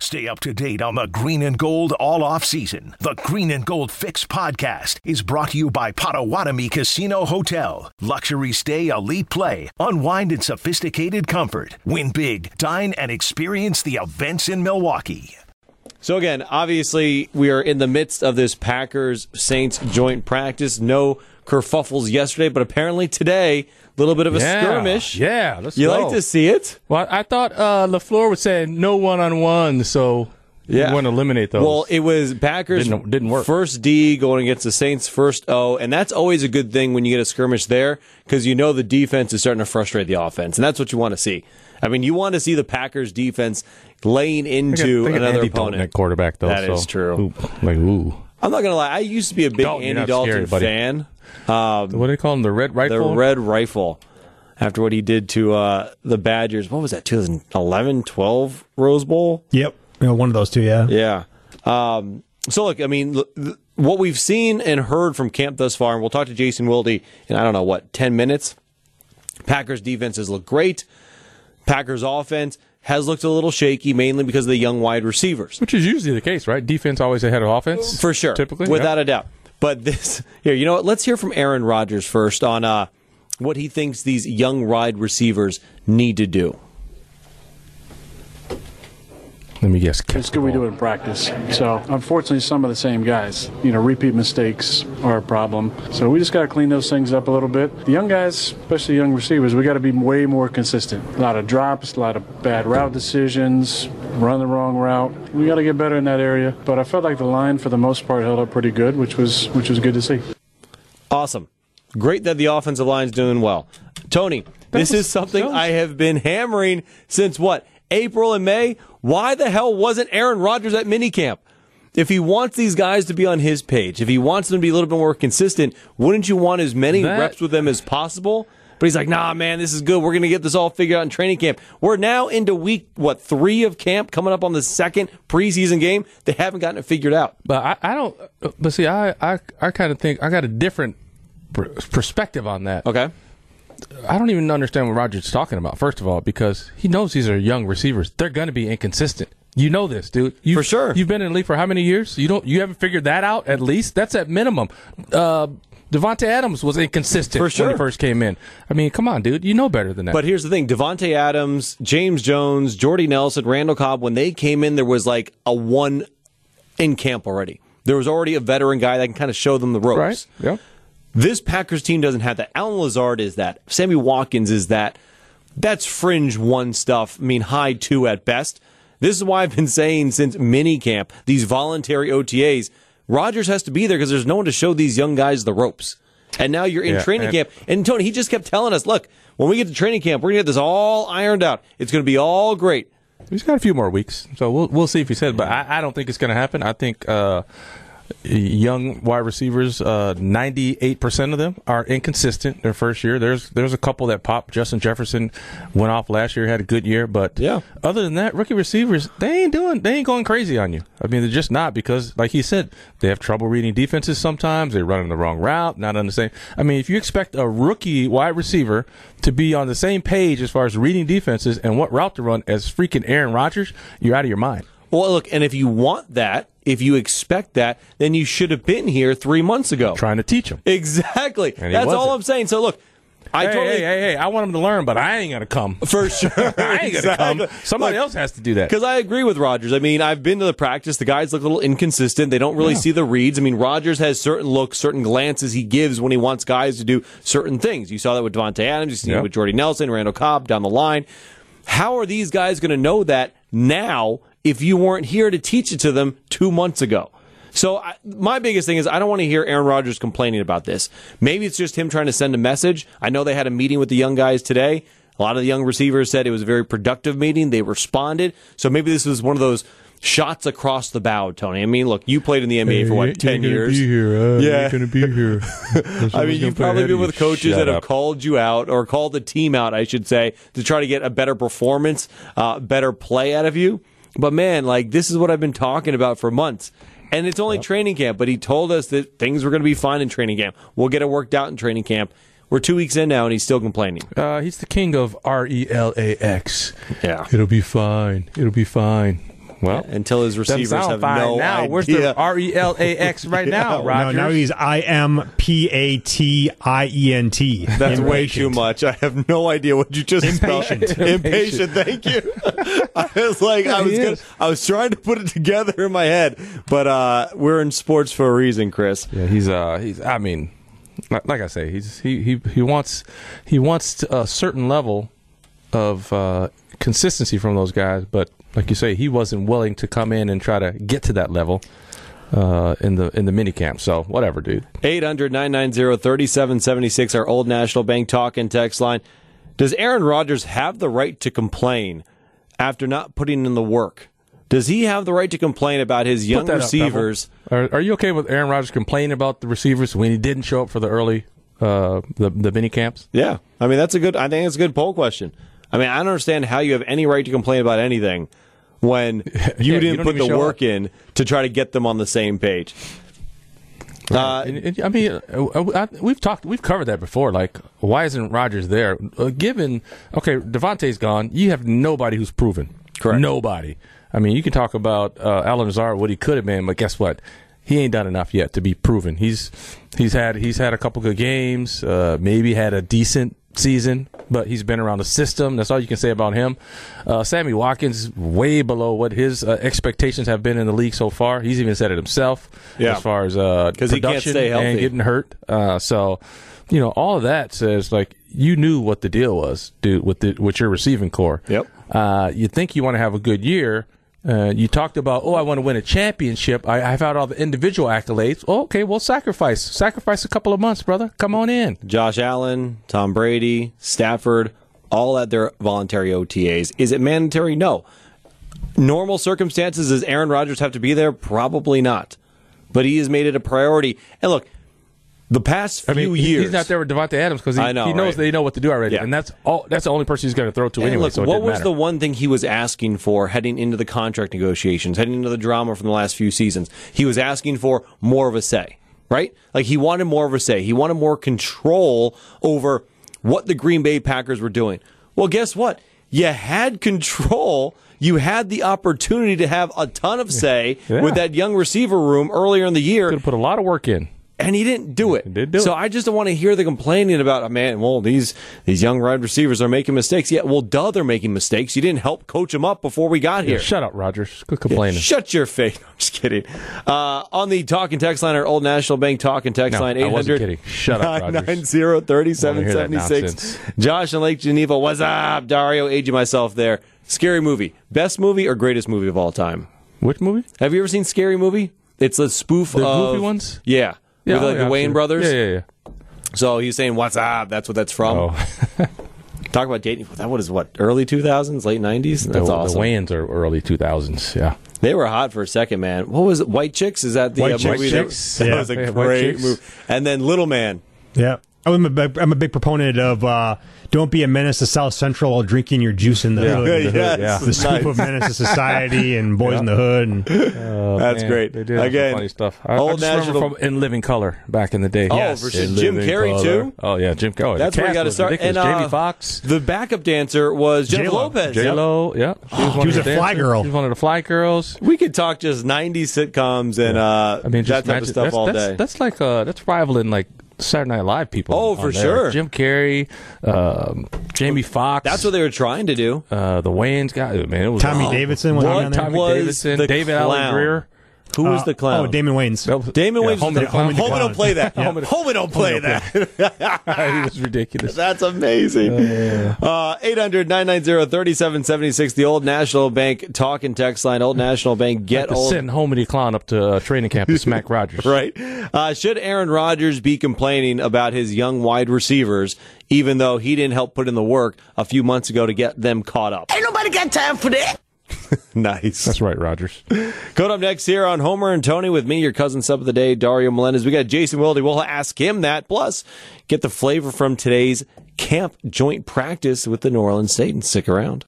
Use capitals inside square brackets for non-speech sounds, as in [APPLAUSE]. Stay up to date on the green and gold all off season. The Green and Gold Fix podcast is brought to you by Potawatomi Casino Hotel. Luxury stay, elite play, unwind in sophisticated comfort. Win big, dine, and experience the events in Milwaukee. So again, obviously, we are in the midst of this Packers Saints joint practice. No kerfuffles yesterday, but apparently today, a little bit of a Yeah. skirmish. Yeah, let's you go. like to see it? Well, I thought uh, Lafleur was saying no one on one, so Yeah. we want to eliminate those. Well, it was Packers Didn't- didn't work. First D going against the Saints first O, and that's always a good thing when you get a skirmish there because you know the defense is starting to frustrate the offense, and that's what you want to see. I mean, you want to see the Packers defense laying I think- into I think another Andy Dalton opponent. at quarterback though. That so. is true. Ooh, like ooh, I'm not gonna lie, I used to be a big Dalton, you're Andy not Dalton scary, buddy. fan. what do they call him? The red Um, the rifle. red rifle after what he did to uh, the Badgers. What was that, 2011, 12 Rose Bowl? Yep. You know, one of those two, yeah. Yeah. Um, so look, I mean, l- th- what we've seen and heard from camp thus far, and we'll talk to Jason Wilde in I don't know what ten minutes. Packers defenses look great. Packers offense has looked a little shaky, mainly because of the young wide receivers, which is usually the case, right? Defense always ahead of offense for sure, Typically, without yeah. a doubt. But this [LAUGHS] here, you know what? Let's hear from Aaron Rodgers first on uh, what he thinks these young wide receivers need to do. Let me guess. It's good we do it in practice. So, unfortunately, some of the same guys, you know, repeat mistakes are a problem. So, we just got to clean those things up a little bit. The young guys, especially young receivers, we got to be way more consistent. A lot of drops, a lot of bad route decisions, run the wrong route. We got to get better in that area. But I felt like the line, for the most part, held up pretty good, which was which was good to see. Awesome. Great that the offensive line's doing well. Tony, this is was- something that was- I have been hammering since what? April and May? Why the hell wasn't Aaron Rodgers at minicamp? If he wants these guys to be on his page, if he wants them to be a little bit more consistent, wouldn't you want as many That- reps with them as possible? But he's like, nah, man, this is good. We're going to get this all figured out in training camp. We're now into week, what, three of camp, coming up on the second preseason game. They haven't gotten it figured out. But I, I don't. uh, But see, I, I, I kind of think I got a different pr- perspective on that. Okay. I don't even understand what Rogers is talking about. First of all, because he knows these are young receivers; they're going to be inconsistent. You know this, dude. you For sure. You've been in the league for how many years? You don't. You haven't figured that out. At least that's at minimum. Uh, Devonte Adams was inconsistent For when sure. he first came in. I mean, come on, dude. You know better than that. But here's the thing: Devonte Adams, James Jones, Jordy Nelson, Randall Cobb. When they came in, there was like a one in camp already. There was already a veteran guy that can kind of show them the ropes. right? Yeah. This Packers team doesn't have that. Alan Lazard is that. Sammy Watkins is that. That's fringe one stuff. I mean, high two at best. This is why I've been saying since minicamp, these voluntary OTAs, Rodgers has to be there because there's no one to show these young guys the ropes. And now you're in Yeah, training and- camp. And Tony, he just kept telling us, look, when we get to training camp, we're going to get this all ironed out. It's going to be all great. He's got a few more weeks, so we'll we'll see if he said. But I, I don't think it's going to happen. I think uh, young wide receivers, ninety eight percent of them are inconsistent their first year. There's there's a couple that pop. Justin Jefferson went off last year, had a good year, but Yeah. Other than that, rookie receivers they ain't doing they ain't going crazy on you. I mean, they're just not because, like he said, they have trouble reading defenses sometimes. They're running the wrong route, not on the same. I mean, if you expect a rookie wide receiver to be on the same page as far as reading defenses and what route to run as freaking Aaron Rodgers, you're out of your mind. Well, look, and if you want that, if you expect that, then you should have been here three months ago. Trying to teach them. Exactly. And he That's all wasn't. I'm saying. So look, I hey, totally hey, hey, hey, I want them to learn, but I ain't gonna come. for sure. [LAUGHS] I ain't gonna come. Somebody else has to do that. Because I agree with Rodgers. I mean, I've been to the practice. The guys look a little inconsistent. They don't really see the reads. I mean, Rodgers has certain looks, certain glances he gives when he wants guys to do certain things. You saw that with Devontae Adams. You see Yeah. it with Jordy Nelson, Randall Cobb down the line. How are these guys going to know that now if you weren't here to teach it to them two months ago? So I, my biggest thing is I don't want to hear Aaron Rodgers complaining about this. Maybe it's just him trying to send a message. I know they had a meeting with the young guys today. A lot of the young receivers said it was a very productive meeting. They responded. So maybe this was one of those shots across the bow, Tony. I mean, look, you played in the NBA for what ten years. uh, yeah, be [LAUGHS] here. I mean, you've probably been with coaches that have called you out or called the team out, I should say, to try to get a better performance, uh, better play out of you. But man, like this is what I've been talking about for months. And it's only training camp, but he told us that things were going to be fine in training camp. We'll get it worked out in training camp. We're two weeks in now, and he's still complaining. Uh, he's the king of R E L A X. Yeah. It'll be fine. It'll be fine. Well, until his doesn't receivers sound have fine no now. idea. Where's the R E L A [LAUGHS] X right now, No, Rogers? now he's I M P A T I E N T. That's way too much. I have no idea what you just [LAUGHS] impatient. Spelled. impatient. Thank you. [LAUGHS] I was like, I Yeah, he was gonna, is. I was trying to put it together in my head, but uh, we're in sports for a reason, Chris. Yeah, he's uh, he's. I mean, li- like I say, he's he he he wants he wants t- a certain level of uh, consistency from those guys, but like you say, he wasn't willing to come in and try to get to that level uh, in the in the mini camp. So whatever, dude. 800 990 3776, our old National Bank talk and text line. Does Aaron Rodgers have the right to complain after not putting in the work? Does he have the right to complain about his young Put that up, receivers? Bevel. are, are you okay with Aaron Rodgers complaining about the receivers when he didn't show up for the early uh, the the mini camps? yeah. I mean, that's a good, I think that's a good poll question. I mean, I don't understand how you have any right to complain about anything [LAUGHS] when you you didn't don't put even the show work up. in to try to get them on the same page. Uh, And- and- I mean, uh, I- we've talked, we've covered that before. Like, why isn't Rogers there? Uh, given, okay, Devontae's gone. You have nobody who's proven. Correct. Nobody. I mean, you can talk about uh, Alan Lazard, what he could have been, but guess what? He ain't done enough yet to be proven. He's he's had he's had a couple good games, uh, maybe had a decent season, but he's been around the system. That's all you can say about him. Uh, Sammy Watkins way below what his uh, expectations have been in the league so far. He's even said it himself. Yeah. As far as uh, 'Cause he can't production stay healthy. and getting hurt. Uh, so, you know, all of that says like you knew what the deal was, dude, with the with your receiving core. Yep. Uh, you think you want to have a good year. Uh, you talked about, oh, I want to win a championship. I, I've had all the individual accolades. Oh, okay, well, sacrifice, sacrifice a couple of months, brother. Come on in. Josh Allen, Tom Brady, Stafford, all at their voluntary OTAs. Is it mandatory? No. Normal circumstances, does Aaron Rodgers have to be there? Probably not. But he has made it a priority. And look, the past few he- years. he's not there with Devontae Adams because I he, know, he knows right? they know what to do already, Yeah. and that's all. That's the only person he's going to throw to And anyway. look, so it what didn't was matter. the one thing he was asking for heading into the contract negotiations, heading into the drama from the last few seasons? He was asking for more of a say, right? Like he wanted more of a say. He wanted more control over what the Green Bay Packers were doing. Well, guess what? You had control. You had the opportunity to have a ton of say Yeah. with that young receiver room earlier in the year Could have put a lot of work in. and he didn't do it. did do so it. I just don't want to hear the complaining about, oh, man, well, these these young wide receivers are making mistakes. Yeah, well, duh, they're making mistakes. You didn't help coach them up before we got here. Shut up, Rogers. Quit complaining. Shut your face. [LAUGHS] I'm just kidding. Uh, on the talking text line, our old National Bank talking text No, line, I wasn't 800 kidding. Shut up, Rogers. 3776. nonsense. Josh and Lake Geneva, what's up? Dario, aging myself there. Scary movie. Best movie or greatest movie of all time? Which movie? Have you ever seen Scary Movie? It's a spoof The of. goofy ones? Yeah. with oh, like the I'm Wayne sure. brothers. Yeah, yeah, yeah. So he's saying, "What's up?" That's what that's Um, from. Oh. Talk about dating. That was what early two thousands, late nineties. That's the, awesome. The Wayans are early 2000s. Yeah. they were hot for a second, man. What was it? White Chicks? Is that the White uh, Chicks. movie? that- Chicks. That Yeah. was a Yeah, White great Chicks. movie. And then Little Man. Yeah. Oh, I'm a, big, I'm a big proponent of uh, don't be a menace to South Central while drinking your juice in the hood. [LAUGHS] Yeah, yes, yeah. The scoop nice. of menace to society and boys in the hood. And, That's Oh, Man, great. They did have some Again, funny stuff. I, Old I just remember National- from In Living Color back in the day. Oh, Yes. for sure. In Jim Living Carrey, Color. too? Oh yeah, Jim Carrey. That's the where you cast got to was start. ridiculous. And, uh, Jamie Fox, The backup dancer was Jennifer J-Lo. Lopez. J Lo. Yeah, she was, one of was the a fly dancers. girl. She was one of the fly girls. We could talk just '90s sitcoms and uh, I mean, just that type imagine- of stuff that's, all that's, day. That's like uh, that's rivaling like Saturday Night Live people. Oh, on for there. sure. Jim Carrey, um, Jamie Fox. That's what they were trying to do. uh, the Wayans guy. Man, it was Tommy Davidson was what on there. Tommy was Davidson, the David clown? Allen Greer. Who was the clown? Oh, Damon Wayans. That was- Damon yeah, Wayans Home was to the the Clown. clown. Home don't play that. Yeah. Home don't play [LAUGHS] that. it was ridiculous. That's amazing. Uh, 800-990-3776, the old National Bank talk and text line, old National Bank, get to old. send Homedy Clown up to uh, training camp to smack Rogers. Right. Uh, should Aaron Rodgers be complaining about his young wide receivers, even though he didn't help put in the work a few months ago to get them caught up? Ain't nobody got time for that. [LAUGHS] Nice. That's right, Rogers. Code up next here on Homer and Tony with me, your cousin sub of the day, Dario Melendez. We got Jason Wilde. We'll ask him that. Plus, get the flavor from today's camp joint practice with the New Orleans Saints. Stick around.